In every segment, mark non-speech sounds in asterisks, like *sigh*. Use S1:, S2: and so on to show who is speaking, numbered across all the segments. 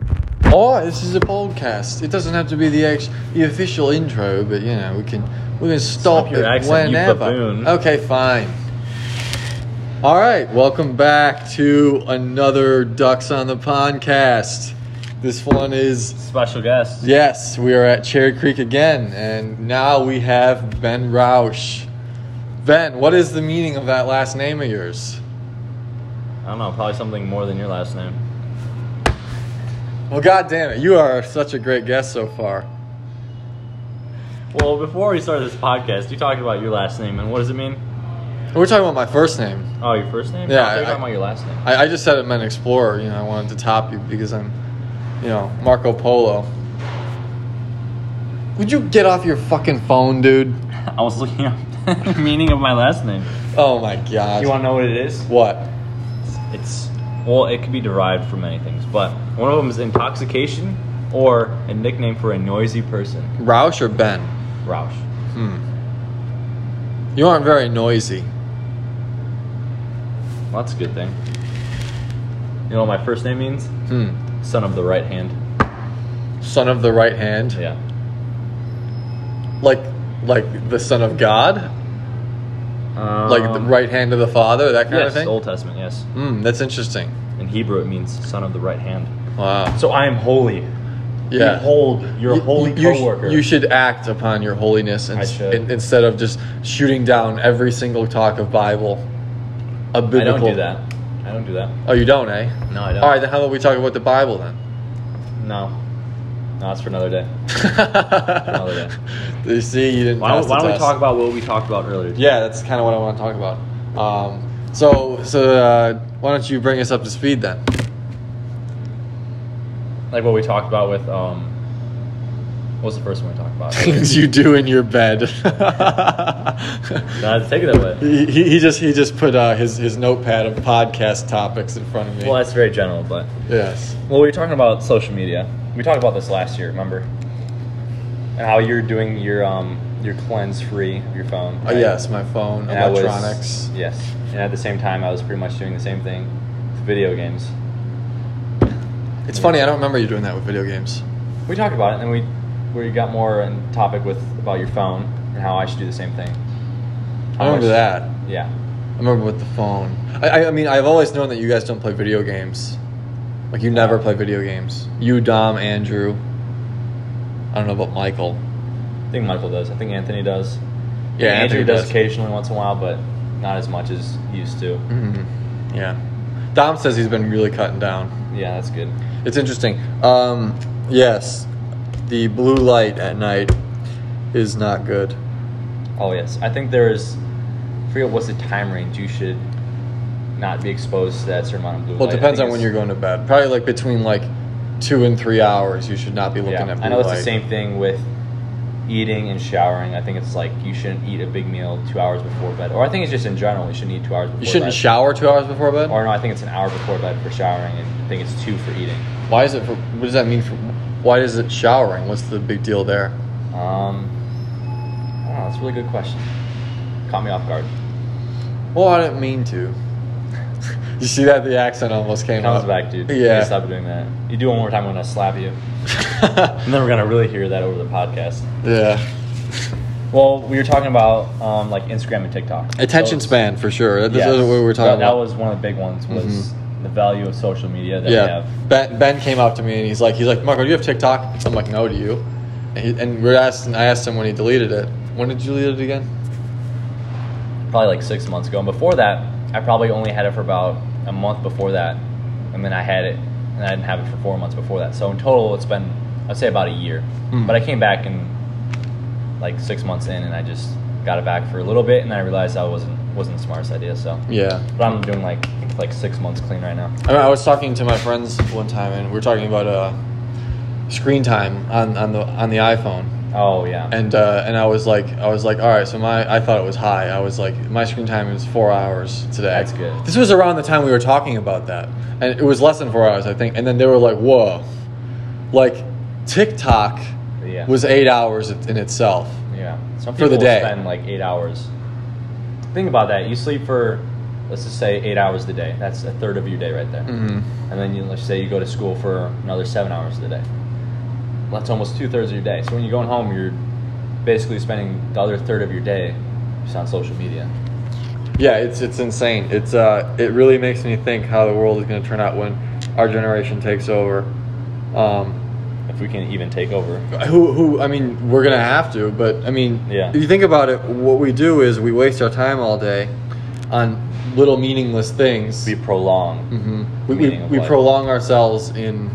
S1: All right, Oh, this is a podcast. It doesn't have to be the ex- the official intro, but you know we can we can stop,
S2: your
S1: it
S2: accent, you
S1: whenever.
S2: baboon.
S1: okay, fine. All right, welcome back to another Ducks on the Podcast. This one is
S2: Special guest.
S1: yes, we are at Cherry Creek again, and now we have Ben Roush. Ben, what is the meaning of that last name of yours?
S2: I don't know, probably something more than your last name.
S1: Well, God damn it, you are such a great guest so far.
S2: Well, before we started this podcast, you talked about your last name, and what does it mean?
S1: We're talking about my first name.
S2: Oh, your first name?
S1: Yeah,
S2: No, I thought you were
S1: I-
S2: talking about your
S1: *laughs*
S2: last name.
S1: I, I just said it meant explorer. You know, I wanted to top you because I'm, you know, Marco Polo. Would you get off your fucking phone, dude?
S2: I was looking up *laughs* the meaning of my last name.
S1: Oh my god.
S2: You want to know what it is?
S1: what?
S2: It's well, it could be derived from many things, but one of them is intoxication or a nickname for a noisy person.
S1: Roush or Ben?
S2: Roush.
S1: Hmm. You aren't very noisy.
S2: Well, that's a good thing. You know what my first name means?
S1: Hmm.
S2: Son of the right hand.
S1: Son of the right hand.
S2: Yeah.
S1: Like, like the son of God. like the
S2: Um,
S1: right hand of the father. That kind
S2: yes,
S1: of thing.
S2: Old Testament, yes.
S1: Hmm. That's interesting.
S2: In Hebrew, it means son of the right hand.
S1: Wow.
S2: So I am holy.
S1: Yeah.
S2: Behold, your
S1: You-
S2: holy
S1: you, sh-
S2: coworker.
S1: You should act upon your holiness and,
S2: I should.
S1: in- instead of just shooting down every single talk of Bible. A
S2: I
S1: biblical.
S2: don't do that. I don't do that.
S1: Oh, you don't, eh?
S2: No, I don't.
S1: All right, then how about we talk about the Bible then?
S2: No. No, that's for another day. yeah.
S1: *laughs* you see, you didn't.
S2: Why
S1: pass
S2: don't,
S1: the
S2: why don't we
S1: test.
S2: talk about what we talked about earlier?
S1: Yeah, that's kind of what I want to talk about. Um, so, so uh, why don't you bring us up to speed then? *laughs*
S2: Like what we talked about with um. What was the first one we talked about?
S1: Things *laughs*
S2: *laughs*
S1: you do in your bed. *laughs*
S2: no, take it that way.
S1: He, he he just he just put uh, his his notepad of podcast topics in front of me.
S2: Well, that's very general, but
S1: Yes. Uh,
S2: well, we were talking about social media. We talked about this last year, remember? And how you're doing your um your cleanse free of your phone.
S1: Uh,
S2: right?
S1: yes, my phone,
S2: And I was-
S1: electronics.
S2: yes, and at the same time, I was pretty much doing the same thing with video games.
S1: It's funny, I don't remember you doing that with video games.
S2: We talked about it, and then we we got more in topic with about your phone and how I should do the same thing. How
S1: I remember
S2: much-
S1: that.
S2: Yeah,
S1: I remember with the phone. I, I, I mean, I've always known that you guys don't play video games. Like, you never play video games. You, Dom, Andrew. I don't know about Michael.
S2: I think Michael does. I think Anthony does.
S1: Yeah,
S2: Andrew
S1: Anthony
S2: does,
S1: does.
S2: occasionally once in a while, but not as much as he used to.
S1: hmm Yeah. Dom says he's been really cutting down.
S2: Yeah, that's good.
S1: It's interesting. Um, yes, the blue light at night is not good.
S2: Oh yes, I think there is. I forget what's the time range you should not be exposed to that certain amount of blue
S1: Well, it
S2: light. I
S1: depends
S2: think
S1: on when
S2: it's-
S1: you're going to bed. Probably like between like two and three hours, you should not be looking
S2: Yeah,
S1: at blue
S2: I know it's
S1: light.
S2: the same thing with eating and showering. I think it's like you shouldn't eat a big meal two hours before bed, or I think it's just in general you shouldn't eat two hours before.
S1: You shouldn't
S2: bed.
S1: shower two hours before bed.
S2: Or no, I think it's an hour before bed for showering, and I think it's two for eating.
S1: Why is it? For, what does that mean? For why is it showering? What's the big deal there?
S2: Um, I don't know. That's a really good question. Caught me off guard.
S1: Well, I didn't mean to. *laughs* you see that the accent almost came
S2: Comes
S1: up.
S2: back, dude. You gotta
S1: Uh, Yeah.
S2: stop doing that. You do it one more time, I'm gonna slap you, and then we're gonna really hear that over the podcast.
S1: *laughs* yeah.
S2: Well, we were talking about um, like Instagram and TikTok.
S1: Attention
S2: So-
S1: span for sure. That,
S2: Yes.
S1: That's what we were talking
S2: that,
S1: about. Mm-hmm.
S2: That was one of the big ones. Was the value of social media that we
S1: yeah.
S2: have.
S1: Ben, ben came up to me and he's like, he's like, Marco, do you have TikTok? I'm like, no, do you? And, he, and we're asking. I asked him when he deleted it. When did you delete it again?
S2: probably like six months ago. And before that, I probably only had it for about a month before that. And then I had it, and I didn't have it for four months before that. So in total, it's been, I'd say about a year.
S1: Hmm.
S2: But I came back and like six months in, and I just got it back for a little bit, and then I realized I wasn't wasn't the smartest idea. So,
S1: Yeah.
S2: but I'm doing like I think, like six months clean right now.
S1: I, mean, I was talking to my friends one time, and we were talking about uh, screen time on, on the on the iPhone,
S2: Oh yeah.
S1: and uh, and I was like, I was like, all right, so my I thought it was high. I was like, my screen time is four hours today.
S2: That's good.
S1: This was around the time we were talking about that, and it was less than four hours, I think. And then they were like, whoa, like TikTok
S2: yeah.
S1: was eight hours in itself.
S2: Yeah. Some
S1: For
S2: people
S1: the
S2: will
S1: day.
S2: spend like eight hours. Think about that. You sleep for let's just say eight hours a day. That's a third of your day right there.
S1: Mhm.
S2: And then you, let's say you go to school for another seven hours a day. Well, that's almost two thirds of your day. So when you're going home, you're basically spending the other third of your day just on social media.
S1: Yeah, it's it's insane. It's uh, it really makes me think how the world is going to turn out when our generation takes over. Um,
S2: If we can even take over.
S1: who who? I mean, we're going to have to, but I mean,
S2: Yeah.
S1: If you think about it, what we do is we waste our time all day on little meaningless things.
S2: We prolong.
S1: hmm We, we,
S2: Meaning of
S1: we
S2: life.
S1: prolong ourselves in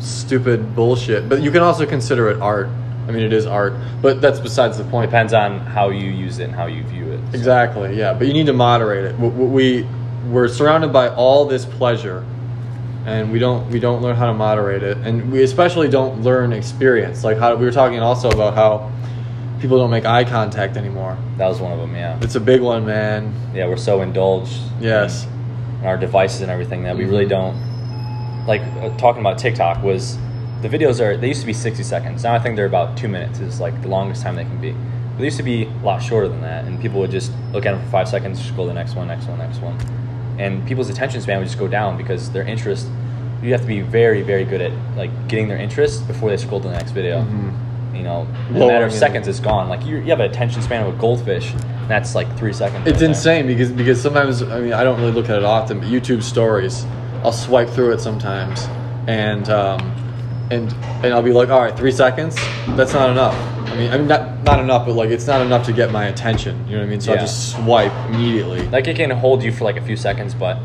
S1: stupid bullshit, but you can also consider it art. I mean, it is art, but that's besides the point.
S2: Depends on how you use it and how you view it. So-
S1: Exactly. Yeah, but you need to moderate it. W- w- We we're surrounded by all this pleasure, and we don't we don't learn how to moderate it, and we especially don't learn experience. Like how we were talking also about how people don't make eye contact anymore.
S2: That was one of them, yeah.
S1: It's a big one, man.
S2: Yeah, we're so indulged.
S1: Yes.
S2: and our devices and everything that we really
S1: Mhm.
S2: don't like uh, talking about TikTok was the videos are they used to be 60 seconds now I think they're about two minutes is like the longest time they can be but they used to be a lot shorter than that and people would just look at them for five seconds scroll the next one next one next one and people's attention span would just go down because their interest you have to be very very good at like getting their interest before they scroll to the next video you know in
S1: Mm-hmm.
S2: a matter
S1: Lowering
S2: of
S1: it.
S2: seconds it's gone like you, you have an attention span of a goldfish and that's like three seconds right
S1: It's
S2: there.
S1: insane because because sometimes I mean I don't really look at it often, but YouTube stories, I'll swipe through it sometimes, and um, and and I'll be like, all right, three seconds, that's not enough. I mean, I mean not not enough, but like it's not enough to get my attention. You know what I mean? So I
S2: Yeah.
S1: just swipe immediately.
S2: Like it can hold you for like a few seconds, but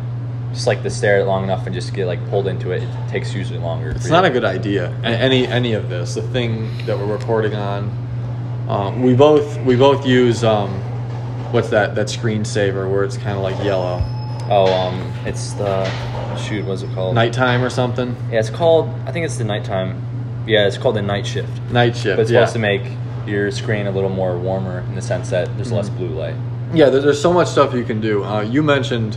S2: just like to stare at it long enough and just get like pulled into it, it takes usually longer.
S1: It's not a good idea. a- Any any of this, the thing that we're recording on, um, we both we both use um, what's that that screensaver where it's kind of like yellow,
S2: Oh, um, it's the shoot. What's it called?
S1: nighttime or something,
S2: Yeah, it's called. I think it's the nighttime. Yeah, it's called the night shift.
S1: night shift.
S2: But it's
S1: yeah.
S2: supposed to make your screen a little more warmer in the sense that there's less
S1: Mm-hmm.
S2: blue light.
S1: Yeah, there, there's so much stuff you can do. Uh, you mentioned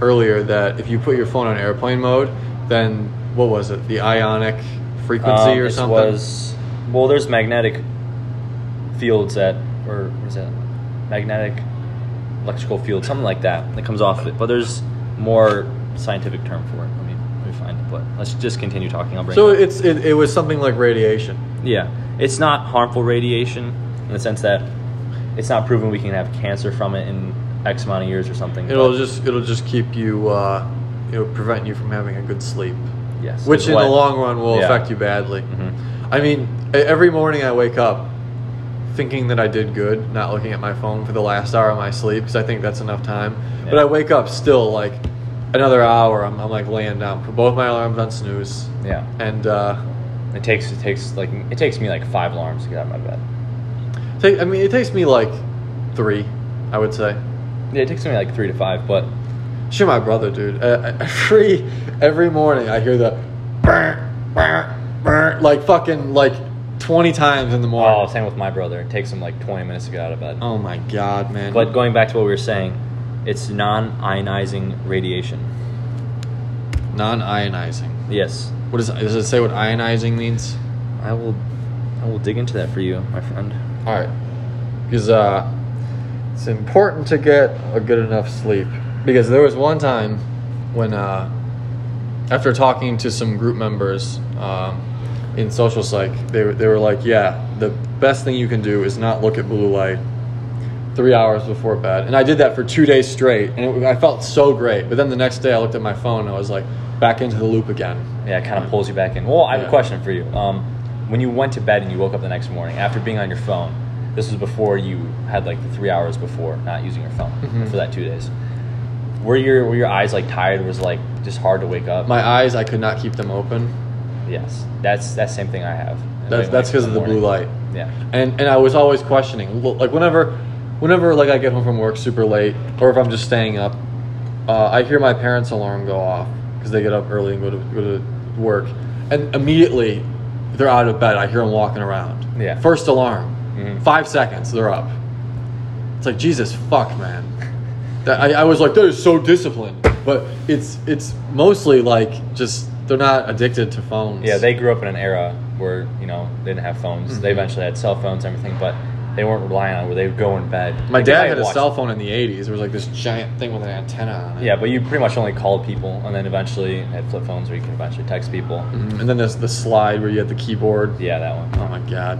S1: earlier that if you put your phone on airplane mode, then what was it? The ionic frequency
S2: Um,
S1: or
S2: it
S1: something?
S2: was well. There's magnetic fields that, or what is that? Magnetic electrical field, something like that, that comes off it. But there's more scientific term for it. Let me let me find it. But let's just continue talking. I'll bring.
S1: so
S2: it up.
S1: it's it, it was something like radiation.
S2: yeah, it's not harmful radiation in the sense that it's not proven we can have cancer from it in X amount of years or something.
S1: It'll
S2: but
S1: just it'll just keep you uh, it'll prevent you from having a good sleep,
S2: yes,
S1: which
S2: is
S1: in
S2: what-
S1: the long run will
S2: Yeah.
S1: affect you badly.
S2: Mhm.
S1: I mean, e- every morning I wake up thinking that I did good, not looking at my phone for the last hour of my sleep because I think that's enough time. But
S2: Yeah.
S1: I wake up still like another hour. I'm, I'm like laying down. Put both my alarms on snooze,
S2: Yeah,
S1: and uh,
S2: it takes it takes like it takes me like five alarms to get out of my bed.
S1: take, I mean, it takes me like three, I would say.
S2: Yeah, it takes me like three to five, but
S1: Sure, my brother, dude. Uh, every every morning I hear the burr, burr, burr, like fucking like twenty times in the
S2: oh,
S1: morning.
S2: same with my brother. It takes him like 20 minutes to get out of bed.
S1: Oh my god, man!
S2: But going back to what we were saying, it's non-ionizing radiation.
S1: non-ionizing.
S2: Yes,
S1: What is, does it say what ionizing means?
S2: I will. I will dig into that for you, my friend.
S1: All right, because uh, it's important to get a good enough sleep. Because there was one time when, uh, after talking to some group members um, in social psych, they were, they were like, "Yeah, the best thing you can do is not look at blue light three hours before bed." And I did that for two days straight, and it, I felt so great. But then the next day, I looked at my phone and I was like, back into the loop again.
S2: Yeah, it kind of pulls you back in. Well, I have
S1: Yeah.
S2: a question for you. Um, when you went to bed and you woke up the next morning after being on your phone, this was before you had like the three hours before not using your phone
S1: Mhm.
S2: for that two days. Were your were your eyes like tired? Was like just hard to wake up?
S1: My eyes, I could not keep them open.
S2: yes, that's that same thing I have.
S1: That's that's because of the blue light.
S2: Yeah.
S1: and and I was always questioning. Look, Like whenever, whenever like I get home from work super late, or if I'm just staying up, uh, I hear my parents' alarm go off because they get up early and go to go to work, and immediately they're out of bed. I hear them walking around.
S2: Yeah.
S1: First alarm,
S2: Mhm.
S1: five seconds, they're up. It's like Jesus, fuck, man. That I, I was like, that is so disciplined, but it's it's mostly like just they're not addicted to phones.
S2: Yeah, they grew up in an era where you know they didn't have phones. They
S1: Mhm.
S2: eventually had cell phones and everything, but they weren't relying on where they would go in bed.
S1: My
S2: Like,
S1: dad
S2: I
S1: had a
S2: watched-
S1: cell phone in the 80s. There was like this giant thing with an antenna on it.
S2: *laughs* Yeah, but you pretty much only called people, and then eventually had flip phones where you can eventually text people.
S1: Mhm. And then there's the slide where you had the keyboard.
S2: Yeah, that one.
S1: Oh my God.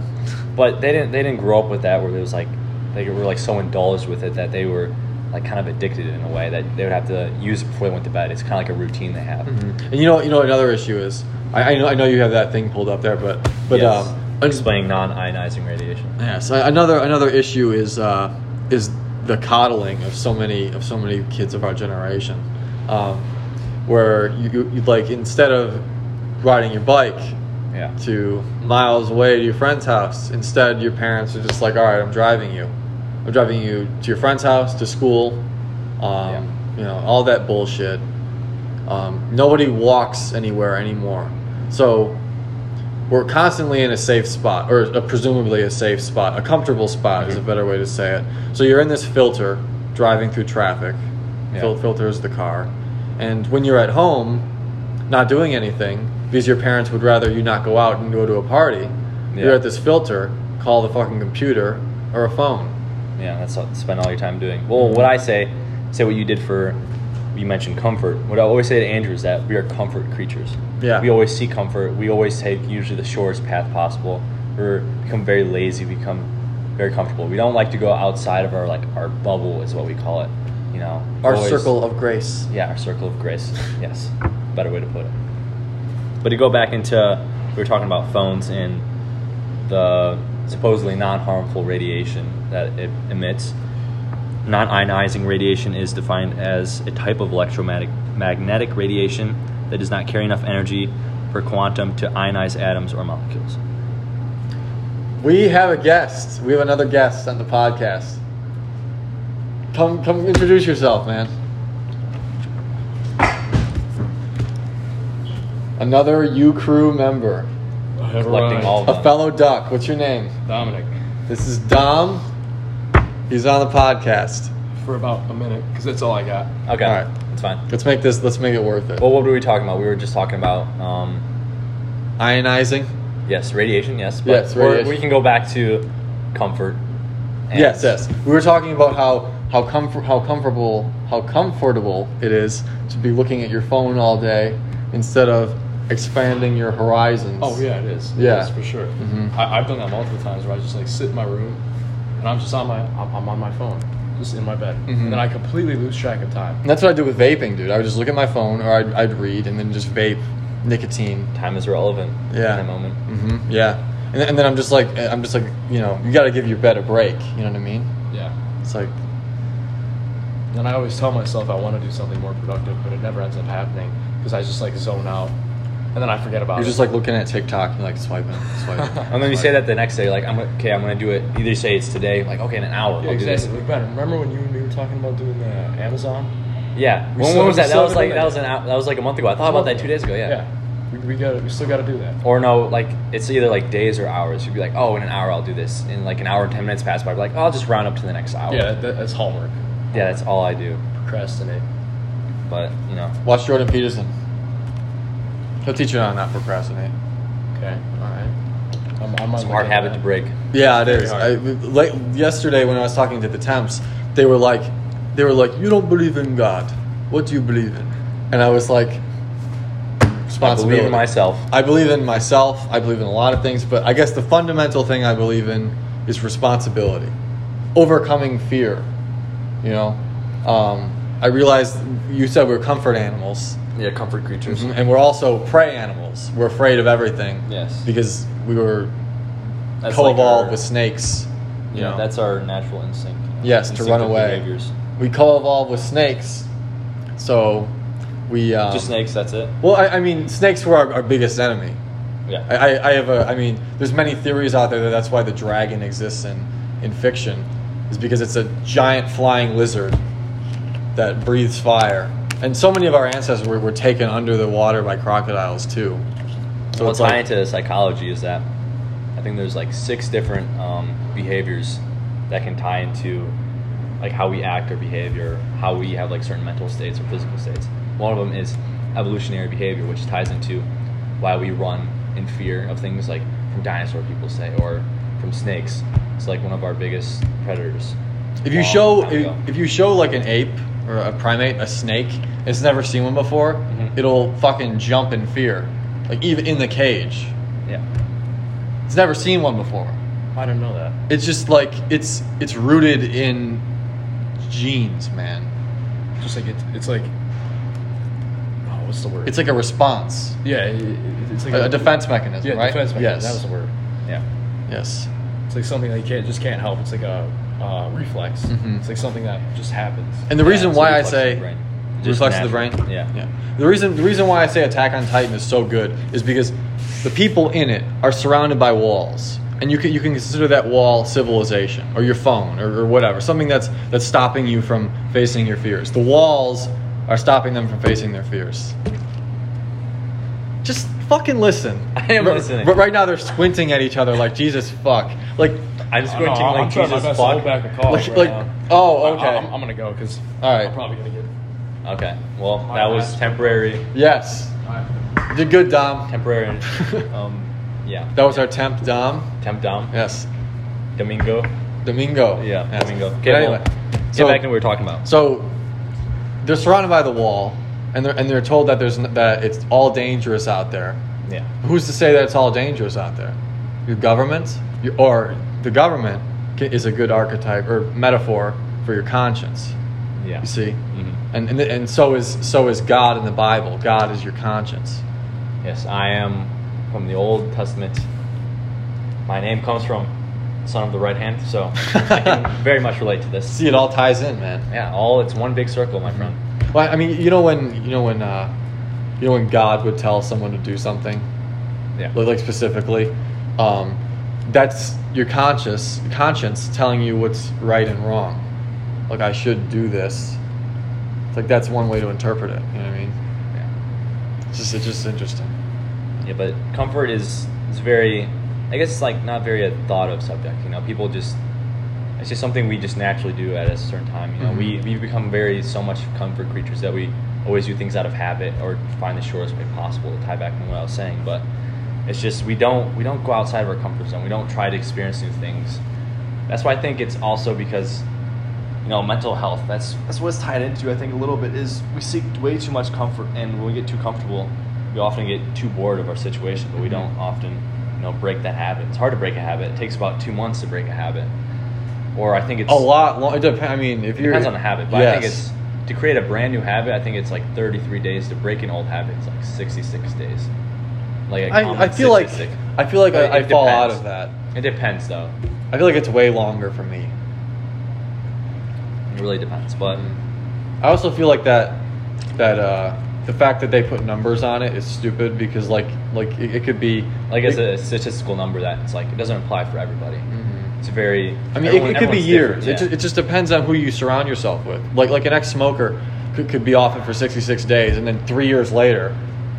S2: But they didn't they didn't grow up with that where it was like they were like so indulged with it that they were like kind of addicted in a way that they would have to use it before they went to bed. It's kind of like a routine they have.
S1: Mhm. And you know, you know, another issue is I, I know, I know you have that thing pulled up there, but but
S2: Yes.
S1: um, I just-
S2: explaining non-ionizing radiation.
S1: Yes, a- another another issue is uh, is the coddling of so many of so many kids of our generation, um, where you, you you like instead of riding your bike
S2: Yeah.
S1: to miles away to your friend's house, instead your parents are just like, all right, I'm driving you, I'm driving you to your friend's house to school, um,
S2: Yeah.
S1: you know all that bullshit. Um, nobody walks anywhere anymore, so we're constantly in a safe spot, or a presumably a safe spot, a comfortable spot is a
S2: Mhm.
S1: better way to say it. So you're in this filter, driving through traffic.
S2: Yeah.
S1: Fil- filter is the car, and when you're at home, not doing anything because your parents would rather you not go out and go to a party. You're
S2: Yeah.
S1: at this filter. Call the fucking computer or a phone.
S2: Yeah, that's what spend all your time doing. Well, what I say, say what you did for, you mentioned comfort. What I always say to Andrew is that we are comfort creatures.
S1: Yeah.
S2: We always see comfort. We always take usually the shortest path possible. We become very lazy. We become very comfortable. We don't like to go outside of our like our bubble is what we call it. You know,
S1: Our
S2: Always-
S1: circle of grace.
S2: Yeah, our circle of grace. Yes, better way to put it. But to go back into, we were talking about phones and the supposedly non-harmful radiation that it emits. Non-ionizing radiation is defined as a type of electromagnetic magnetic radiation that does not carry enough energy per quantum to ionize atoms or molecules.
S1: We have a guest. We have another guest on the podcast. Come, come, introduce yourself, man. Another U crew member,
S3: I have
S2: Collecting
S3: arrived.
S2: all of
S1: a fellow duck. What's your name?
S3: Dominic
S1: This is Dom. He's on the podcast.
S3: for about a minute because that's all I got.
S2: Okay,
S1: All right.
S2: that's fine.
S1: Let's make this. Let's make it worth it.
S2: Well, what were we talking about? We were just talking about um,
S1: Ionizing.
S2: Yes, radiation. Yes, but
S1: Yes,
S2: we're-
S1: radiation.
S2: we can go back to comfort. and-
S1: Yes, yes. We were talking about how how comfor- how comfortable how comfortable it is to be looking at your phone all day instead of expanding your horizons.
S3: Oh yeah, it is.
S1: Yeah.
S3: it is for sure.
S1: Mhm.
S2: Mm-hmm.
S3: I, I've done that multiple times where I just like sit in my room and I'm just on my I'm, I'm on my phone, just in my bed,
S2: Mm-hmm.
S1: Mhm.
S3: and then I completely lose track of time.
S1: And that's what I do with vaping, dude. I would just look at my phone or I'd, I'd read and then just vape nicotine.
S2: time is relevant.
S1: Yeah.
S2: In that moment.
S1: Mm-hmm. Yeah. And, then- and then I'm just like I'm just like you know you got to give your bed a break. You know what I mean?
S3: Yeah.
S1: It's like
S3: And I always tell myself I want to do something more productive, but it never ends up happening because I just like zone out, and then I forget about
S1: you're
S3: it.
S1: just like looking at TikTok and like swiping,
S2: *laughs*
S1: swiping.
S2: And then you say that the next day, like I'm gonna- okay, I'm gonna do it. Either you say it's today, like okay, in an hour,
S3: Yeah,
S2: I'll do this.
S3: exactly. Like, Ben, remember when you and me were talking about doing the Amazon?
S2: Yeah.
S3: We
S2: When,
S3: still-
S2: when was
S3: we
S2: that? That
S3: still
S2: was
S3: haven't
S2: like
S3: done
S2: that
S3: that
S2: was an hour, that was like a month ago. I thought Oh, about that two days ago. Yeah. Oh,
S3: Yeah. We, we got we still got to do that.
S2: Or no, like it's either like days or hours. You'd be like, oh, in an hour I'll do this. In like an hour and ten minutes pass by, I'd be like, oh, I'll just round up to the next hour.
S3: Yeah, that, that's homework.
S2: Yeah, that's all I do.
S3: Procrastinate.
S2: But you know,
S1: Watch Jordan Peterson. He'll teach you how to not procrastinate.
S3: Okay. All right. I'm, I'm
S2: it's a hard habit to break.
S1: Yeah, it
S3: Very
S1: is.
S3: hard.
S1: I, like yesterday when I was talking to the temps, they were like, they were like, you don't believe in God. What do you believe in? And I was like,
S2: I
S1: responsibility.
S2: believe in myself.
S1: I believe in myself. I believe in a lot of things, but I guess the fundamental thing I believe in is responsibility, overcoming fear. You know, um, I realized you said we're comfort animals,
S2: Yeah, comfort creatures.
S1: and we're also prey animals. We're afraid of everything
S2: Yes.
S1: because we were
S2: That's like
S1: co-evolved
S2: our-
S1: with snakes.
S2: You know, that's our natural instinct.
S1: Yes, to run
S2: Instinctive
S1: away.
S2: behaviors.
S1: we co-evolved with snakes, so we um,
S2: Just snakes. That's it.
S1: Well, I, I mean, snakes were our, our biggest enemy.
S2: Yeah.
S1: I, I, I have a. I mean, there's many theories out there that that's why the dragon exists in in fiction, is because it's a giant flying lizard that breathes fire, and so many of our ancestors were, were taken under the water by crocodiles too. So
S2: What's
S1: it's like-
S2: tied into psychology is that I think there's like six different um, behaviors that can tie into like how we act or behavior, how we have like certain mental states or physical states. One of them is evolutionary behavior, which ties into why we run in fear of things like from dinosaur people say or from snakes. It's like one of our biggest predators.
S1: If you
S2: Long
S1: show
S2: time
S1: if,
S2: ago.
S1: if you show like an ape or a primate, a snake, it's never seen one before,
S3: Mm-hmm.
S2: Mhm.
S1: it'll fucking jump in fear. Like even in the cage.
S2: yeah,
S1: It's never seen one before.
S3: I didn't know that.
S1: It's just like it's it's rooted in genes, man.
S3: Just like it, it's like, oh, what's the word?
S1: It's like a response.
S3: yeah, it- it- it's like
S1: A, a defense mechanism,
S3: Yeah,
S1: right?
S3: defense mechanism.
S1: Yes.
S3: That was the word.
S2: yeah.
S1: Yes.
S3: It's like something that you can't just can't help. It's like a uh, reflex.
S1: Mhm.
S3: It's like something that just happens.
S1: And the
S2: Yeah,
S1: reason
S2: it's a
S1: why I
S2: reflex of
S1: say
S2: the brain. Just
S1: reflex of the brain.
S2: natural. Yeah.
S1: yeah. The reason the reason why I say Attack on Titan is so good is because the people in it are surrounded by walls, and you can you can consider that wall civilization or your phone or, or whatever something that's that's stopping you from facing your fears. The walls are stopping them from facing their fears. Just fucking listen.
S2: *laughs* I am
S1: But-
S2: listening.
S1: But right now they're squinting at each other like Jesus fuck. Like
S2: I'm
S3: I don't know,
S2: squinting
S3: I'm
S2: like
S3: trying my
S2: Jesus
S3: best to
S2: fuck.
S3: hold back a call
S1: Like-
S3: right
S1: like-
S3: now.
S1: oh, okay.
S3: I, am gonna go because
S1: All right.
S3: I'm probably gonna get.
S2: Okay. Well,
S3: My
S2: that was
S3: last-
S2: temporary.
S1: yes, you did good, Dom. *laughs*
S2: Temporary. um, yeah.
S1: That was our temp, Dom.
S2: Temp Dom.
S1: Yes,
S2: Domingo.
S1: Domingo.
S2: Yeah.
S1: Yes.
S2: Domingo. Okay.
S1: But anyway,
S2: well, get back to what we were talking about.
S1: So they're surrounded by the wall, and they're and they're told that there's n- that it's all dangerous out there.
S2: yeah.
S1: Who's to say that it's all dangerous out there? Your government, your, or the government, ca- is a good archetype or metaphor for your conscience.
S2: Yeah.
S1: You see,
S2: hmm
S1: and and, and so is so is God in the Bible. God is your conscience.
S2: Yes, I am from the Old Testament. My name comes from son of the right hand, so I
S1: *laughs*
S2: can very much relate to this.
S1: See, it all ties in, man.
S2: Yeah, all it's one big circle,
S1: Mm-hmm.
S2: my friend.
S1: Well, I mean, you know when you know when uh, you know when God would tell someone to do something,
S2: Yeah.
S1: like, like specifically um, that's your conscious conscience telling you what's right and wrong like i should do this it's like that's one way to interpret it you know what i mean
S2: Yeah.
S1: it's just it's just interesting
S2: Yeah, but comfort is is very, I guess it's like not very a thought of subject. You know, people just it's just something we just naturally do at a certain time. You know,
S1: Mhm.
S2: we we've become very so much comfort creatures that we always do things out of habit or find the shortest way possible to tie back to what I was saying. But it's just we don't we don't go outside of our comfort zone. We don't try to experience new things. That's why I think it's also because you know mental health that's that's what's tied into i think a little bit is we seek way too much comfort and when we get too comfortable we often get too bored of our situation but we
S1: Mm-hmm.
S2: don't often you know break that habit it's hard to break a habit it takes about two months to break a habit or i think it's
S1: a lot long it depends i mean if you're
S2: depends on the habit but i think
S1: Yes.
S2: it's to create a brand new habit i think it's like 33 days to break an old habit it's like 66 days like a common
S1: I, I feel like
S2: statistic.
S1: i feel like
S2: But
S1: i, I
S2: it
S1: fall out
S2: depends.
S1: of that
S2: it depends though
S1: i feel like it's way longer for me
S2: it really depends but
S1: Mm-hmm. I also feel like that that uh, the fact that they put numbers on it is stupid because like like it, it could be
S2: like it's a statistical number that it's like it doesn't apply for everybody
S1: Mhm.
S2: It's very.
S1: I mean,
S2: everyone-
S1: it, it could be
S2: everyone's
S1: years. It,
S2: different,
S1: just, it just depends on who you surround yourself with. Like like an ex-smoker could, could be off it for 66 days, and then three years later,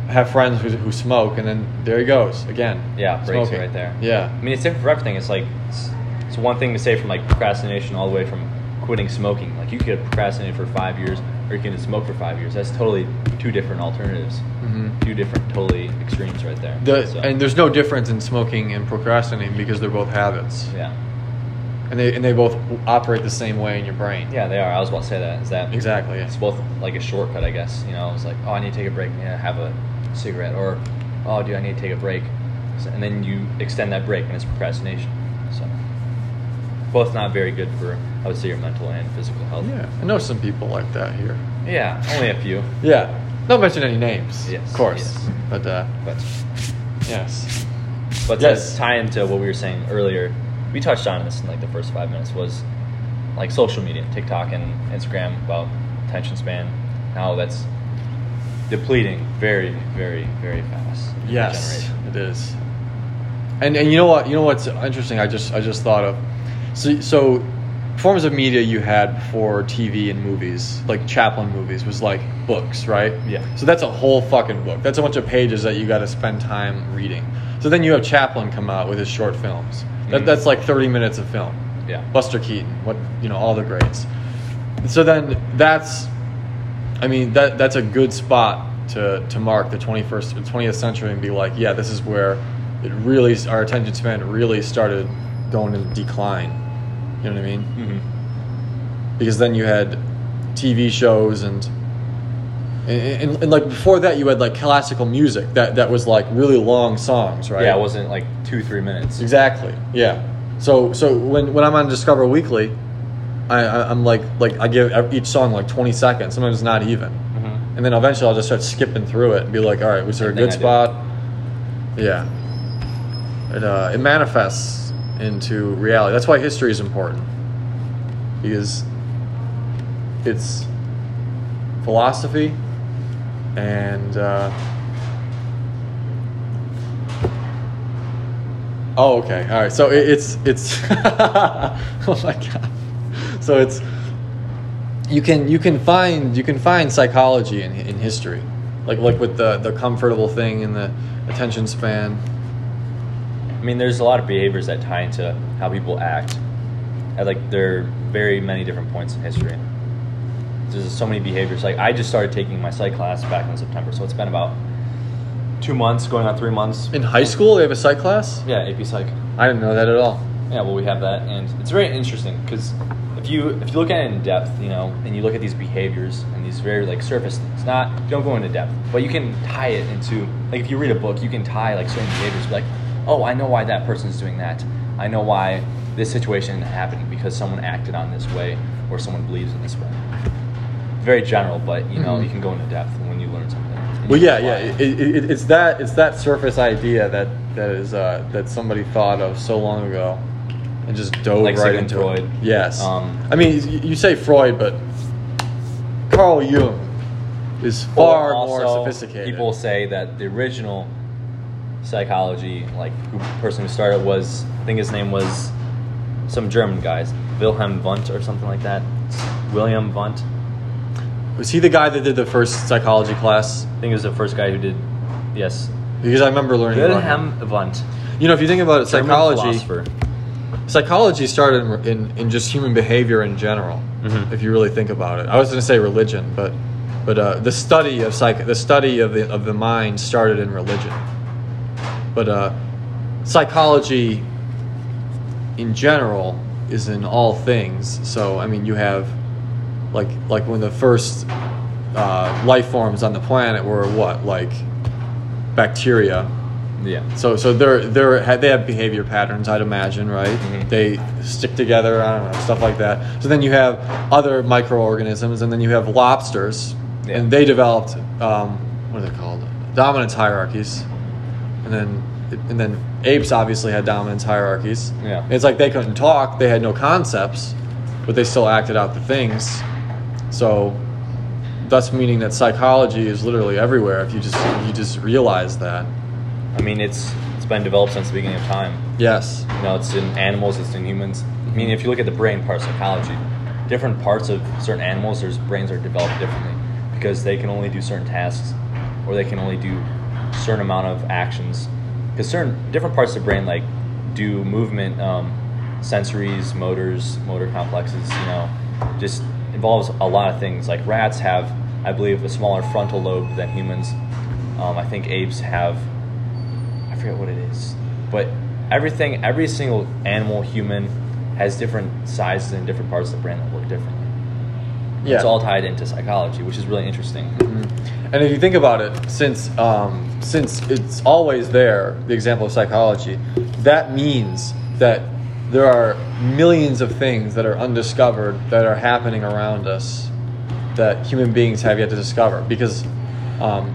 S1: have friends who, who smoke, and then there he goes again.
S2: yeah, yeah breaks
S1: smoking.
S2: right there. I
S1: Yeah.
S2: mean, it's different for everything. It's like it's, it's one thing to say from like procrastination all the way from quitting smoking. Like you could procrastinate for five years, or you can smoke for five years. That's totally two different alternatives.
S1: hmm
S2: Two different, totally extremes right there.
S1: The,
S2: So,
S1: And there's no difference in smoking and procrastinating because they're both habits,
S2: yeah,
S1: and they and they both operate the same way in your brain.
S2: yeah, they are. I was about to say that. Is that
S1: Exactly.
S2: It's both like a shortcut, I guess. You know, it's like, oh, I need to take a break. I need to have a cigarette, or oh, dude, I need to take a break, so, and then you extend that break, and it's procrastination. So, both not very good for, I would say, your mental and physical health.
S1: Yeah. I know some people like that here.
S2: Yeah, only a few,
S1: Yeah. Not mention any names.
S2: Yes,
S1: Of course.
S2: yes.
S1: But uh,
S2: but
S1: yes.
S2: but
S1: Yes.
S2: to tie into what we were saying earlier, we touched on this in like the first five minutes was like social media, TikTok and Instagram about attention span, how that's depleting very, very, very fast. in the
S1: Yes,
S2: generation.
S1: it is. And and you know what? You know what's interesting? I just I just thought of. So so forms of media you had before TV and movies, like Chaplin movies, was like books, right?
S2: Yeah.
S1: So that's a whole fucking book. That's a bunch of pages that you got to spend time reading. So then you have Chaplin come out with his short films. That,
S2: Mhm.
S1: That's like thirty minutes of film.
S2: Yeah.
S1: Buster Keaton, what you know, all the greats. So then that's I mean that that's a good spot to, to mark the 21st or 20th century and be like, yeah, this is where it really our attention span really started going to decline. You know what I mean?
S2: Mm-hmm.
S1: because then you had TV shows and and, and and like before that you had like classical music that that was like really long songs, right?
S2: Yeah, it wasn't like two three minutes.
S1: exactly. Yeah. So so when when I'm on Discover Weekly, I, I I'm like like I give ev- each song like 20 seconds, sometimes not even,
S2: Mm-hmm.
S1: and then eventually I'll just start skipping through it and be like, all right, was there a
S2: Same thing
S1: good
S2: I do.
S1: spot? Yeah. It uh, it manifests into reality. That's why history is important because it's philosophy and uh, oh okay all right so it, it's it's *laughs* oh my god so it's you can you can find you can find psychology in, in history like like with the the comfortable thing and the attention span
S2: I mean, there's a lot of behaviors that tie into how people act at like there are very many different points in history. There's just so many behaviors. Like I just started taking my psych class back in September, so it's been about two months, going on three months.
S1: in high school they have a psych class
S2: Yeah, AP Psych.
S1: i didn't know that at all
S2: Yeah, well, we have that, and it's very interesting because if you if you look at it in depth, you know, and you look at these behaviors and these very like surface things, not you don't go into depth, but you can tie it into like if you read a book, you can tie like certain behaviors, be like, oh, I know why that person's doing that. I know why this situation is happening because someone acted on this way or someone believes in this way. Very general, but you know,
S1: Mhm.
S2: you can go into depth when you learn something. and you
S1: Well, yeah,
S2: apply
S1: yeah.
S2: it.
S1: It, it, it- it's that it's that surface idea that that is uh, that somebody thought of so long ago, and just dove
S2: Like
S1: right
S2: Sigmund
S1: into it.
S2: Freud.
S1: Yes.
S2: Um,
S1: I mean, you you say Freud, but Carl Jung is far
S2: Or also,
S1: more sophisticated.
S2: People say that the original psychology, like who person who started was, I think his name was some German guys, Wilhelm Wundt or something like that. William Wundt.
S1: was he the guy that did the first psychology class?
S2: I think he was the first guy who did. Yes,
S1: Because I remember learning. about him.
S2: Wilhelm Wundt.
S1: You know, if you think about it,
S2: German
S1: psychology.
S2: philosopher.
S1: Psychology started in, in, in just human behavior in general,
S2: Mhm.
S1: if you really think about it. I was going to say religion, but but uh, the study of psych the study of the of the mind started in religion. But uh, psychology in general is in all things. So I mean, you have like like when the first uh, life forms on the planet were what like bacteria
S2: Yeah.
S1: so, so they're they're ha- they have behavior patterns, I'd imagine, right?
S2: Mhm.
S1: They stick together, I don't know, stuff like that. So then you have other microorganisms, and then you have lobsters,
S2: Yeah.
S1: and they developed um, what are they called? Dominance hierarchies, and then and then apes obviously had dominance hierarchies.
S2: Yeah.
S1: it's like they couldn't talk, they had no concepts, but they still acted out the things. So, thus meaning that psychology is literally everywhere. If you just if you just realize that,
S2: I mean, it's it's been developed since the beginning of time.
S1: yes.
S2: You know, it's in animals, it's in humans. I mean, if you look at the brain part of psychology, different parts of certain animals, their brains are developed differently because they can only do certain tasks or they can only do certain amount of actions. Because certain different parts of the brain like do movement, um, sensories, motors, motor complexes. You know, just involves a lot of things. Like rats have, I believe, a smaller frontal lobe than humans. Um, I think apes have I forget what it is, but everything, every single animal, human, has different sizes and different parts of the brain that work differently. It's all tied into psychology, which is really interesting.
S1: And if you think about it, since um, since it's always there, the example of psychology, that means that there are millions of things that are undiscovered that are happening around us that human beings have yet to discover. Because um,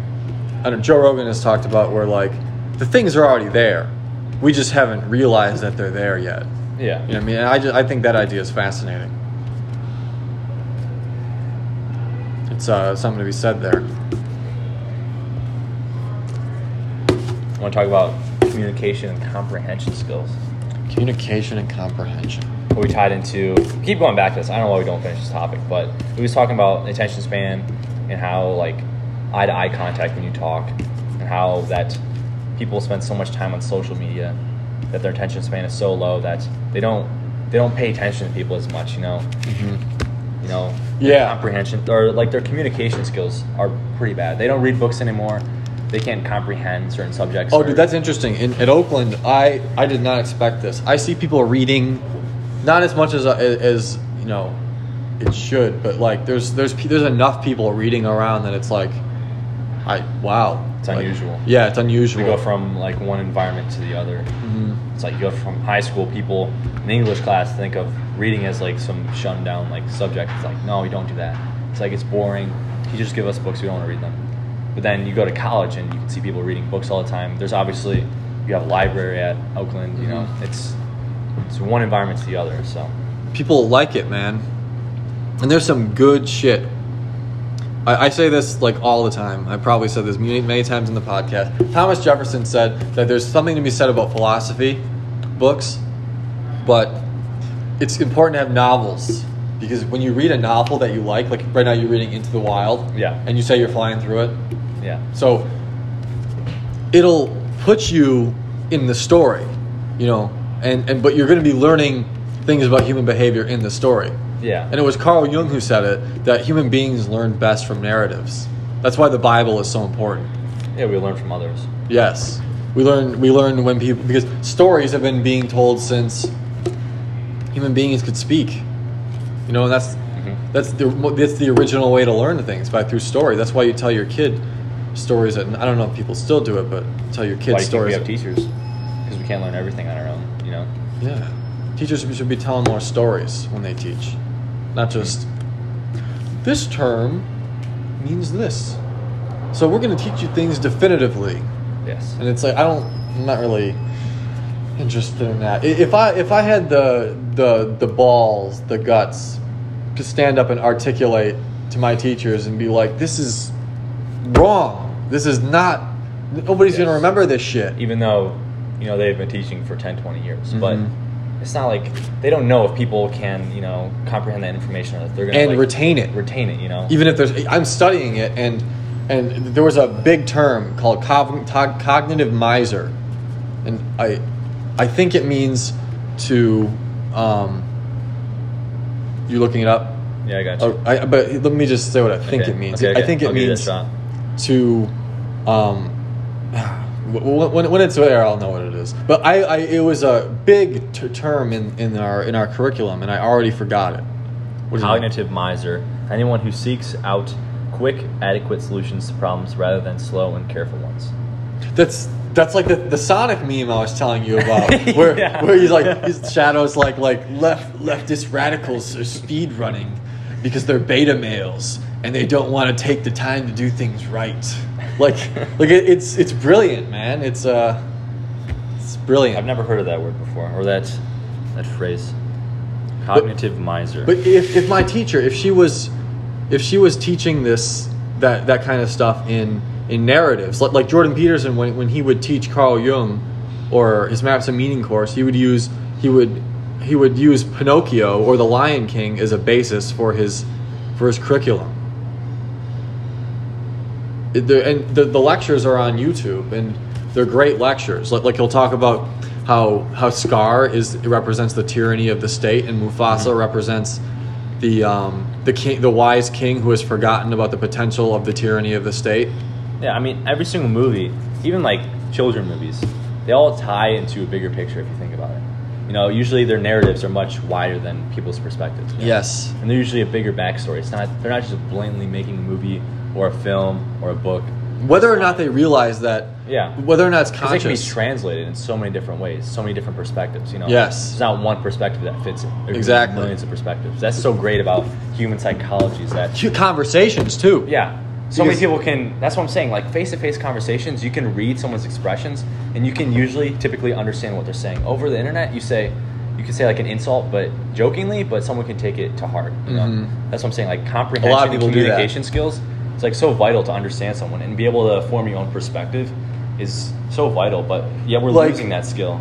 S1: I know Joe Rogan has talked about where like the things are already there, we just haven't realized that they're there yet.
S2: Yeah.
S1: You know what I mean? And I just I think that idea is fascinating. It's uh, something to be said there.
S2: I want to talk about communication and comprehension skills.
S1: Communication and comprehension.
S2: What we tied into, keep going back to this. I don't know why we don't finish this topic, but we was talking about attention span and how like eye to eye contact when you talk, and how that people spend so much time on social media that their attention span is so low that they don't they don't pay attention to people as much. You know,
S1: Mm-hmm.
S2: you know
S1: Yeah.
S2: comprehension or like their communication skills are pretty bad they don't read books anymore they can't comprehend certain subjects.
S1: Oh,
S2: or-
S1: dude, that's interesting. In at Oakland, I I did not expect this. I see people reading, not as much as uh, as you know, it should, but like there's there's pe- there's enough people reading around that it's like, I wow,
S2: It's
S1: Like,
S2: unusual.
S1: Yeah, it's unusual.
S2: we go from like one environment to the other.
S1: Mhm.
S2: It's like you go from high school people in English class think of reading as like some shun down like subject. It's like no, you don't do that. It's like it's boring. You just give us books. We don't want to read them. But then you go to college and you can see people reading books all the time. There's obviously you have a library at Oakland. You know,
S1: Mhm.
S2: it's it's one environment to the other. So
S1: people like it, man. And there's some good shit. I, I say this like all the time. I probably said this many, many times in the podcast. Thomas Jefferson said that there's something to be said about philosophy books, but it's important to have novels because when you read a novel that you like, like right now you're reading Into the Wild,
S2: Yeah.
S1: and you say you're flying through it,
S2: yeah,
S1: so it'll put you in the story, you know, and, and but you're going to be learning things about human behavior in the story.
S2: yeah.
S1: And it was Carl Jung who said it that human beings learn best from narratives. That's why the Bible is so important.
S2: yeah, we learn from others.
S1: Yes, we learn we learn when people because stories have been being told since human beings could speak. You know, and that's
S2: Mhm.
S1: that's the that's the original way to learn things by through story. That's why you tell your kid stories. At, I don't know if people still do it, but tell your
S2: Why
S1: kids
S2: do you think we
S1: stories.
S2: have teachers? Because we can't learn everything on our own. You know,
S1: yeah, teachers should be telling more stories when they teach, not just this term means this. So we're going to teach you things definitively.
S2: yes.
S1: and it's like I don't, I'm not really interested in that. I- If I if I had the the the balls, the guts, to stand up and articulate to my teachers and be like, this is wrong. This is not. Nobody's gonna
S2: Yes.
S1: remember this shit.
S2: even though you know they've been teaching for 10 20 years
S1: Mhm.
S2: but it's not like they don't know if people can you know comprehend that information or if they're gonna
S1: And
S2: like,
S1: retain it.
S2: retain it you know
S1: even if there's i'm studying it and and there was a big term called cog- tog- cognitive miser and i i think it means to um you looking it up
S2: yeah i got you
S1: Oh, I, but let me just say what I think
S2: Okay.
S1: it means.
S2: Okay, okay.
S1: I think it
S2: I'll give you
S1: means
S2: that shot.
S1: to, um, *sighs* when, when- when it's there, I'll know what it is. But I, I it was a big ter- term in, in our in our curriculum, and I already forgot it. What is it?
S2: cognitive miser anyone who seeks out quick adequate solutions to problems rather than slow and careful ones
S1: That's that's like the, the Sonic meme I was telling you about, where
S2: Yeah.
S1: where he's like his shadows like like left leftist radicals are speed running because they're beta males and they don't want to take the time to do things right. Like like it, it's it's brilliant, man. It's uh it's brilliant.
S2: i've never heard of that word before or that that phrase cognitive miser
S1: But if, if my teacher, if she was, if she was teaching this that that kind of stuff in in narratives, like, like Jordan Peterson when when he would teach Carl Jung or his Maps and Meaning course, he would use he would he would use Pinocchio or The Lion King as a basis for his for his curriculum. It- the, and the, the lectures are on YouTube, and they're great lectures. Like, like he'll talk about how how Scar is it represents the tyranny of the state, and Mufasa
S2: Mm-hmm.
S1: represents the um, the king, the wise king who has forgotten about the potential of the tyranny of the state.
S2: Yeah, I mean, every single movie, even like children movies, they all tie into a bigger picture if you think about it. You know, usually their narratives are much wider than people's perspectives. you know?
S1: Yes,
S2: And they're usually a bigger backstory. It's not, they're not just blatantly making a movie or a film or a book.
S1: whether or not they realize that.
S2: Yeah.
S1: Whether or not it's
S2: 'Cause they can be
S1: conscious.
S2: translated in so many different ways, so many different perspectives, you know?
S1: Yes.
S2: It's not one perspective that fits it. There could be
S1: Exactly.
S2: Millions of perspectives. That's so great about human psychology is that
S1: Cute conversations too.
S2: Yeah. So
S1: Because-
S2: many people can. That's what I'm saying. Like face to face conversations, you can read someone's expressions, and you can usually typically understand what they're saying. Over the internet, you say, you can say like an insult, but jokingly, but someone can take it to heart. You know?
S1: Mhm.
S2: That's what I'm saying. Like comprehension,
S1: people do that.
S2: communication skills. It's like so vital to understand someone and be able to form your own perspective is so vital. But yeah, we're
S1: Like-
S2: losing that skill.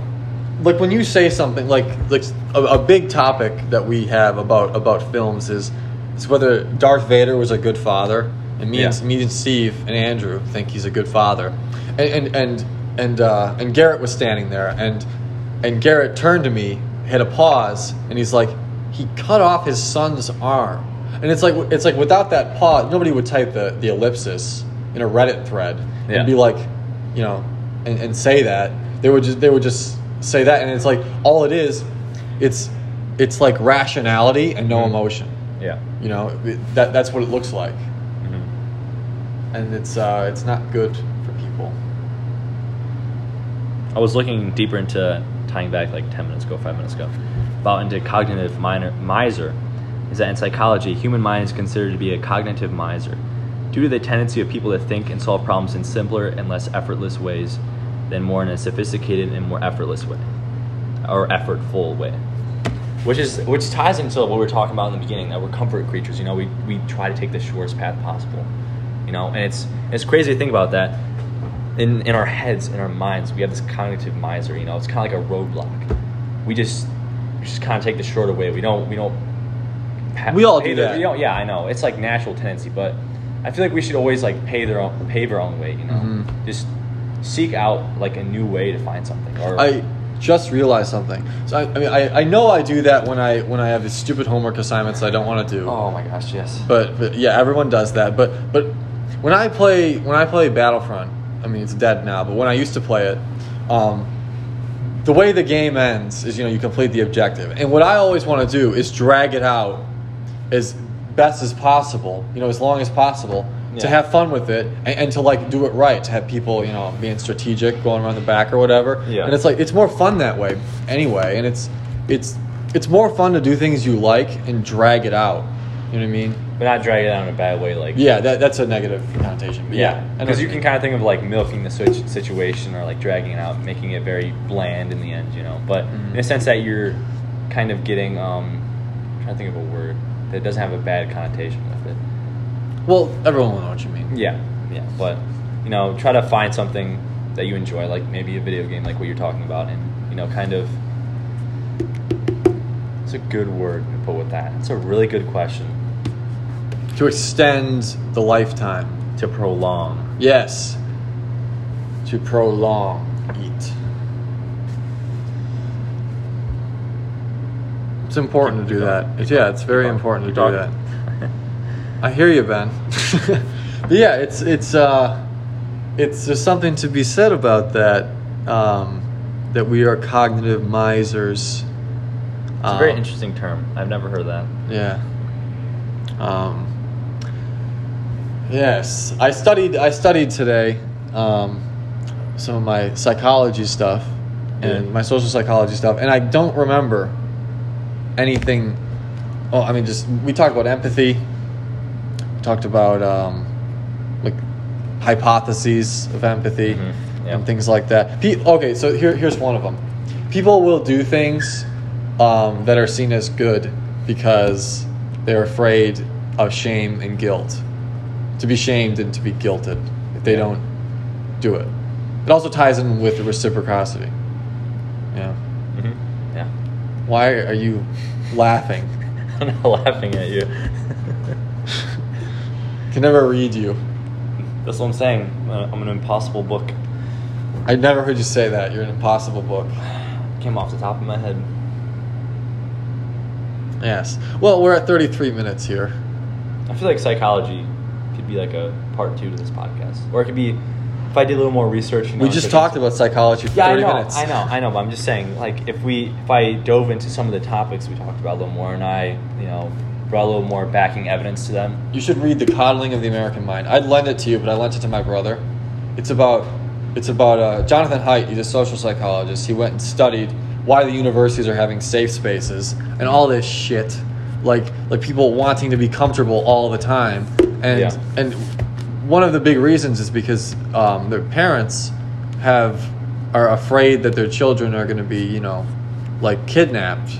S1: like when you say something like like a, a big topic that we have about about films is is whether Darth Vader was a good father, and me
S2: Yeah.
S1: and me and Steve and Andrew think he's a good father, and and and and, uh, and Garrett was standing there, and and Garrett turned to me, had a pause, and he's like, he cut off his son's arm, and it's like it's like without that pause, nobody would type the the ellipsis. in a Reddit thread
S2: Yeah.
S1: and be like, you know, and, and say that they would just they would just say that, and it's like all it is, it's it's like rationality and no
S2: Mhm.
S1: emotion.
S2: Yeah.
S1: You know, it, that that's what it looks like,
S2: Mhm.
S1: and it's uh, it's not good for people.
S2: I was looking deeper into tying back like 10 minutes ago, five minutes ago, about into cognitive minor, miser. Is that in psychology, human mind is considered to be a cognitive miser due to the tendency of people to think and solve problems in simpler and less effortless ways than more in a sophisticated and more effortless way or effortful way. Which is which ties into what we were talking about in the beginning that we're comfort creatures. You know, we, we try to take the shortest path possible. You know, and it's it's crazy to think about that in in our heads, in our minds, we have this cognitive miser. You know, it's kind of like a roadblock. We just we just kind of take the shorter way. We don't we don't. pa-
S1: We all
S2: pay
S1: do
S2: the-
S1: that.
S2: We don't, yeah, I know. It's like natural tendency, but I feel like we should always like pay their own pave our own way. You know,
S1: Mhm.
S2: just seek out like a new way to find something. Or
S1: I just realized something. So I, I mean, I, I know I do that when I when I have these stupid homework assignments I don't want to do.
S2: oh my gosh, yes.
S1: But, but yeah, everyone does that. But but when I play when I play Battlefront, I mean it's dead now. But when I used to play it, um, the way the game ends is you know you complete the objective, and what I always want to do is drag it out as best as possible, you know, as long as possible. To
S2: Yeah.
S1: have fun with it and, and to like do it right, to have people, you know, being strategic, going around the back or whatever.
S2: Yeah.
S1: And it's like it's more fun that way anyway, and it's it's it's more fun to do things you like and drag it out. You know what I mean?
S2: but not drag it out in a bad way. Like
S1: Yeah, that, that's a negative connotation. But yeah, I know
S2: because
S1: what
S2: you can
S1: mean.
S2: kind of think of like milking the situ- situation or like dragging it out, making it very bland in the end, you know. But in a
S1: Mhm.
S2: sense that you're kind of getting, um, I'm trying to think of a word that doesn't have a bad connotation with it.
S1: Well, everyone will know what you mean.
S2: Yeah, yeah. But you know, try to find something that you enjoy, like maybe a video game, like what you're talking about, and you know, kind of. It's a good word to put with that. It's a really good question Mm.
S1: To extend the lifetime.
S2: to prolong.
S1: Yes. To prolong it. It's important to do that. It's, yeah, it's very important to do that. *laughs* I hear you, Ben. *laughs* but yeah, it's it's uh, it's there's something to be said about that. Um, that we are cognitive misers. Um,
S2: It's a very interesting term. I've never heard that.
S1: Yeah. Um, yes, I studied. I studied today um, some of my psychology stuff and
S2: Yeah.
S1: my social psychology stuff, and I don't remember anything. Oh, I mean, just we talked about empathy. We talked about um, like hypotheses of empathy
S2: Mhm, yeah.
S1: and things like that. Pe- okay, so here, here's one of them. People will do things um, that are seen as good because they're afraid of shame and guilt. To be shamed and to be guilted if they
S2: Yeah.
S1: don't do it. It also ties in with reciprocity. Yeah.
S2: Mm-hmm. Yeah. *laughs*
S1: Why are you laughing?
S2: I'm not laughing at you. *laughs*
S1: Can never read you.
S2: That's what I'm saying. I'm a- I'm an impossible book.
S1: I never heard you say that. You're an impossible book.
S2: Came off the top of my head.
S1: Yes. Well, we're at 33 minutes here.
S2: I feel like psychology could be like a part two to this podcast, or it could be if I did a little more research. You know,
S1: We
S2: it
S1: just
S2: could-
S1: talked about psychology for
S2: Yeah, I
S1: 30
S2: know,
S1: minutes.
S2: I know, I know. But I'm just saying, like, if we, if I dove into some of the topics we talked about a little more, and I, you know, brought a little more backing evidence to them,
S1: You should read The Coddling of the American Mind. I'd lend it to you, but I lent it to my brother. It's about it's about uh, Jonathan Haidt. He's a social psychologist. He went and studied why the universities are having safe spaces and all this shit, like like people wanting to be comfortable all the time. And
S2: Yeah.
S1: and one of the big reasons is because um, their parents have are afraid that their children are going to be you know like kidnapped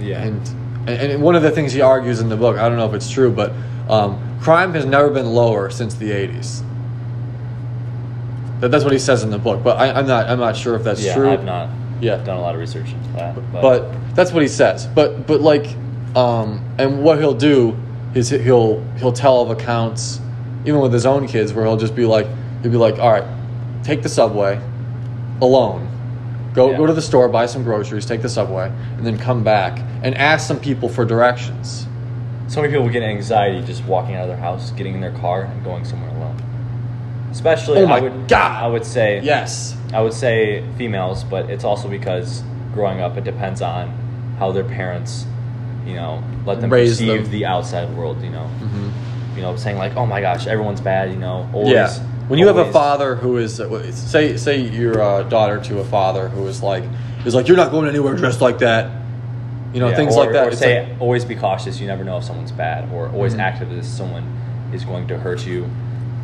S2: yeah,
S1: and, and and one of the things he argues in the book, I don't know if it's true, but um, crime has never been lower since the '80s. That, that's what he says in the book, but I, I'm not I'm not sure if that's
S2: yeah,
S1: true.
S2: I've not
S1: Yeah.
S2: done a lot of research into that, but,
S1: But that's what he says. But but like, um, and what he'll do is he- he'll he'll tell of accounts, even with his own kids, where he'll just be like, he'll be like, all right, take the subway, alone, go
S2: Yeah.
S1: go to the store, buy some groceries, take the subway, and then come back and ask some people for directions.
S2: So many people get anxiety just walking out of their house, getting in their car, and going somewhere alone. Especially,
S1: Oh my
S2: I would,
S1: God.
S2: I would say,
S1: Yes.
S2: I would say females, but it's also because growing up, it depends on how their parents, you know, let them
S1: Raise
S2: perceive
S1: them.
S2: the outside world. You know,
S1: Mhm.
S2: you know, saying like, "Oh my gosh, everyone's bad." You know, always.
S1: Yeah. When you have a
S2: always-
S1: father who is uh, say say your uh, daughter to a father who is like is like you're not going anywhere dressed like that, you know
S2: Yeah,
S1: things
S2: or-
S1: like that.
S2: Or
S1: It's
S2: say,
S1: like-
S2: always be cautious. You never know if someone's bad, or always
S1: Mhm.
S2: active as someone is going to hurt you,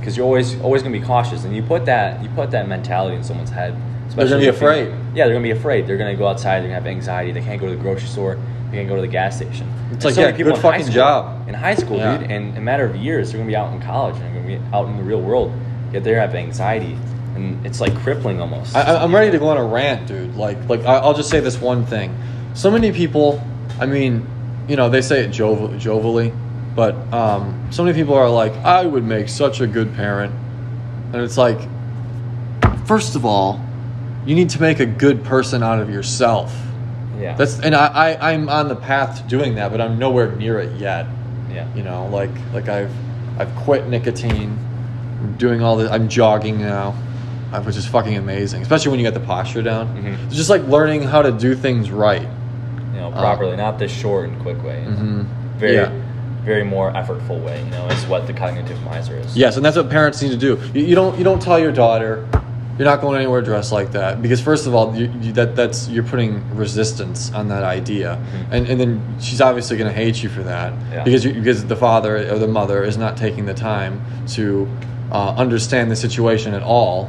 S2: because you're always always going to be cautious. And you put that you put that mentality in someone's head.
S1: They're gonna
S2: especially
S1: be
S2: if you-
S1: afraid.
S2: yeah, they're going to be afraid. They're going to go outside. They're going to have anxiety. They can't go to the grocery store. They can't go to the gas station.
S1: It's
S2: There's
S1: like,
S2: many
S1: yeah,
S2: people
S1: good
S2: in high
S1: fucking
S2: school-
S1: job.
S2: in high school,
S1: Yeah.
S2: dude. And in a matter of years, they're going to be out in college and they're going to be out in the real world. Yet they have anxiety, and it's like crippling almost.
S1: I, I- I'm ready to go on a rant, dude. Like, like I- I'll just say this one thing. So many people, I mean, you know, they say it jov- jovially, but um, so many people are like, "I would make such a good parent," and it's like, first of all, you need to make a good person out of yourself.
S2: yeah,
S1: That's and I, I I'm on the path to doing that, but I'm nowhere near it yet.
S2: yeah.
S1: You know, like like I've I've quit nicotine. I'm doing all this. I'm jogging now, uh, which is fucking amazing. Especially when you get the posture down.
S2: Mhm.
S1: It's just like learning how to do things right.
S2: you know,
S1: Uh,
S2: properly, not this short and quick way. you know.
S1: Mhm.
S2: Very,
S1: Yeah.
S2: very more effortful way. You know, is what the cognitive miser is.
S1: Yes, and that's what parents need to do. You, you don't you don't tell your daughter you're not going anywhere dressed like that because first of all you, you, that that's you're putting resistance on that idea,
S2: Mhm.
S1: and and then she's obviously going to hate you for that
S2: Yeah.
S1: because you, because the father or the mother is not taking the time to uh, understand the situation at all,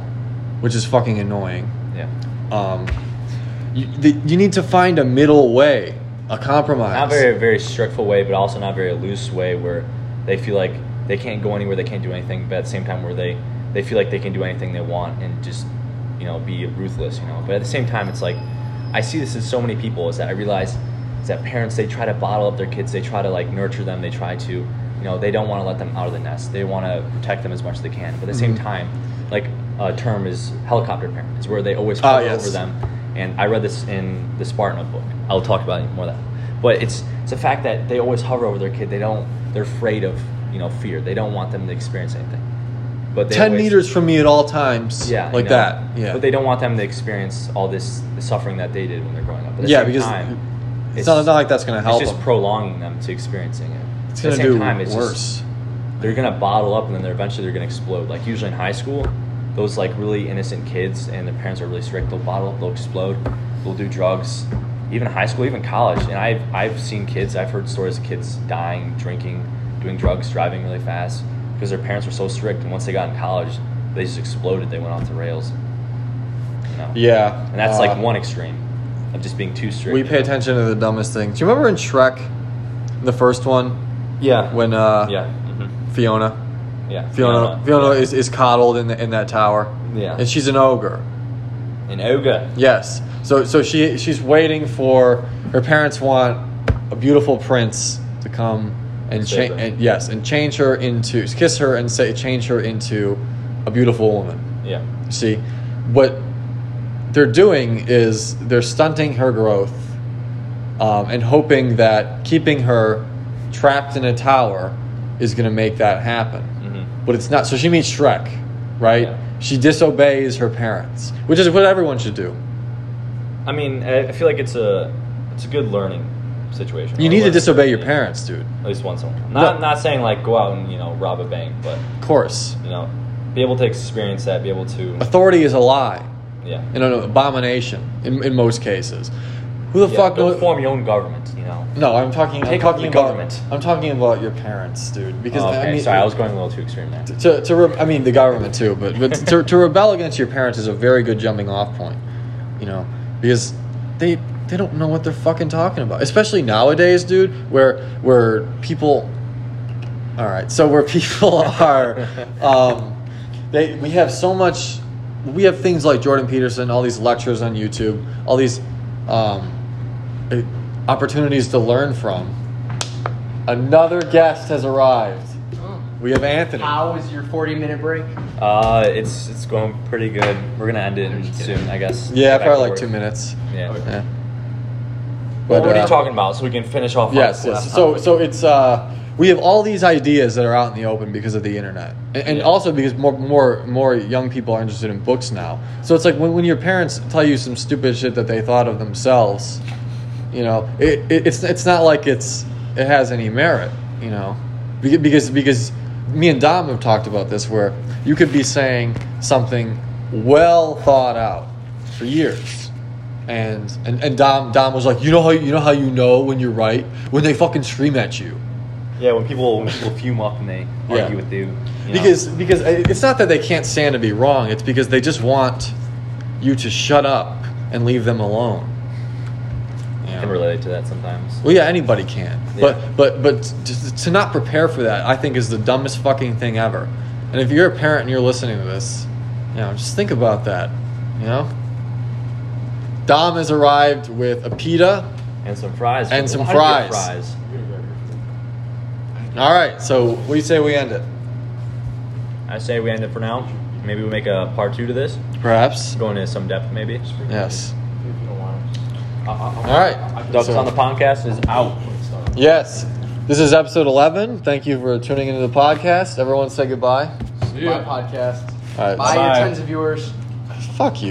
S1: which is fucking annoying.
S2: Yeah.
S1: Um, you, the, you need to find a middle way, a compromise.
S2: Not very, very strictful way, but also not very loose way where they feel like they can't go anywhere, they can't do anything, but at the same time where they they feel like they can do anything they want and just you know be ruthless. You know, but at the same time, it's like I see this in so many people is that I realize is that parents they try to bottle up their kids, they try to like nurture them, they try to you know they don't want to let them out of the nest, they want to protect them as much as they can, but at the same
S1: Mhm.
S2: time, like a term is helicopter parent is where they always
S1: Ah,
S2: hover
S1: yes.
S2: over them and I read this in the Spartan book. I'll talk about it more of that. But it's it's a fact that they always hover over their kid. They don't. They're afraid of you know fear. They don't want them to experience anything. But they
S1: Ten
S2: always-
S1: meters from me at all times.
S2: Yeah, I
S1: like
S2: know.
S1: that. Yeah.
S2: But they don't want them to experience all this the suffering that they did when they're growing up. But at the
S1: Yeah,
S2: same
S1: because
S2: time,
S1: it's, not, it's not like that's going to help.
S2: It's just
S1: them.
S2: prolonging them to experiencing it.
S1: It's
S2: At
S1: going
S2: the
S1: to do
S2: same time, it's just-
S1: worse.
S2: they're gonna bottle up and then they're eventually they're gonna explode. Like usually in high school, those like really innocent kids and their parents are really strict. They'll bottle up, they'll explode, they'll do drugs. Even high school, even college, and I've I've seen kids. I've heard stories of kids dying, drinking, doing drugs, driving really fast because their parents were so strict. And once they got in college, they just exploded. They went off the rails. You know?
S1: yeah.
S2: and that's
S1: uh,
S2: like one extreme of just being too strict.
S1: We pay attention to the dumbest things. Do you remember in Shrek, the first one,
S2: Yeah.
S1: when uh,
S2: yeah. mhm,
S1: Fiona,
S2: Yeah.
S1: Fiona, Fiona,
S2: yeah.
S1: is, is coddled in the, in that tower,
S2: Yeah.
S1: and she's an ogre.
S2: an ogre.
S1: Yes. So so she she's waiting for her parents want a beautiful prince to come and
S2: Save
S1: change
S2: her.
S1: and yes and change her into kiss her and say change her into a beautiful woman.
S2: Yeah.
S1: See, what they're doing is they're stunting her growth um, and hoping that keeping her trapped in a tower is going to make that happen
S2: hmm
S1: but it's not. So she meets Shrek, right?
S2: Yeah.
S1: She disobeys her parents, which is what everyone should do.
S2: I mean, I I feel like it's a it's a good learning situation.
S1: You
S2: Or
S1: need to
S2: learning
S1: disobey your
S2: opportunity,
S1: parents, dude.
S2: at least once. in a while. Not
S1: No.
S2: not saying like go out and you know rob a bank, but
S1: Of course,
S2: you know be able to experience that, be able to
S1: authority is a lie
S2: yeah.
S1: and an abomination in, in most cases. Who the
S2: Yeah,
S1: fuck
S2: go
S1: knows?
S2: form your own government, you know.
S1: no, I'm talking. I'm
S2: Take up
S1: talking
S2: the
S1: about,
S2: government.
S1: I'm talking about your parents, dude. Because
S2: Oh, okay,
S1: I mean,
S2: sorry, I was going a little too extreme there.
S1: to, to re- I mean the government too, but but to, to rebel against your parents is a very good jumping off point, you know, because they they don't know what they're fucking talking about, especially nowadays, dude, where where people, all right, so where *laughs* people are, um, they we have so much, we have things like Jordan Peterson, all these lectures on YouTube, all these um, eh, opportunities to learn from. Another guest has arrived. We have Anthony.
S4: How was your 40 minute break?
S2: Uh, it's it's going pretty good. We're gonna end it soon, I guess.
S1: Yeah,
S2: Back
S1: probably
S2: to
S1: like
S2: work.
S1: two minutes.
S2: Yeah.
S4: Okay.
S1: Yeah.
S2: Well, what are
S1: uh,
S2: you talking about? So we can finish off. our
S1: Yes,
S2: last
S1: yes. So,
S2: topic.
S1: so it's uh, we have all these ideas that are out in the open because of the internet, and, and
S2: Yeah.
S1: also because more more more young people are interested in books now. So it's like when, when your parents tell you some stupid shit that they thought of themselves, you know, it, it it's it's not like it's it has any merit, you know, Beca- because because me and Dom have talked about this where you could be saying something well thought out for years and and, and Dom Dom was like, you know how you know how you know when you're right when they fucking scream at you,
S2: Yeah, when people when people fume up and they
S1: Yeah.
S2: argue with you, you know.
S1: because because uh, it's not that they can't stand to be wrong. It's because they just want you to shut up and leave them alone.
S2: I
S1: Yeah.
S2: can relate to that sometimes.
S1: Well, yeah, anybody can.
S2: Yeah.
S1: But but but to, to not prepare for that, I think is the dumbest fucking thing ever. And if you're a parent and you're listening to this, you know, just think about that. You know, Dom has arrived with a pita.
S2: And some fries.
S1: And some
S2: Why do you get
S1: fries.
S2: fries.
S1: All right, so what do you say we end it?
S2: I say we end it for now. Maybe we make a part two to this.
S1: Perhaps.
S2: Go into some depth, maybe. Uh,
S1: Yes.
S3: All
S1: All right.
S2: Ducks on the podcast is out.
S1: Yes. This is episode 11. Thank you for tuning into the podcast. Everyone say goodbye.
S3: See ya.
S4: podcast.
S1: All right.
S4: Bye,
S2: Bye.
S4: your tons of viewers.
S1: Fuck you.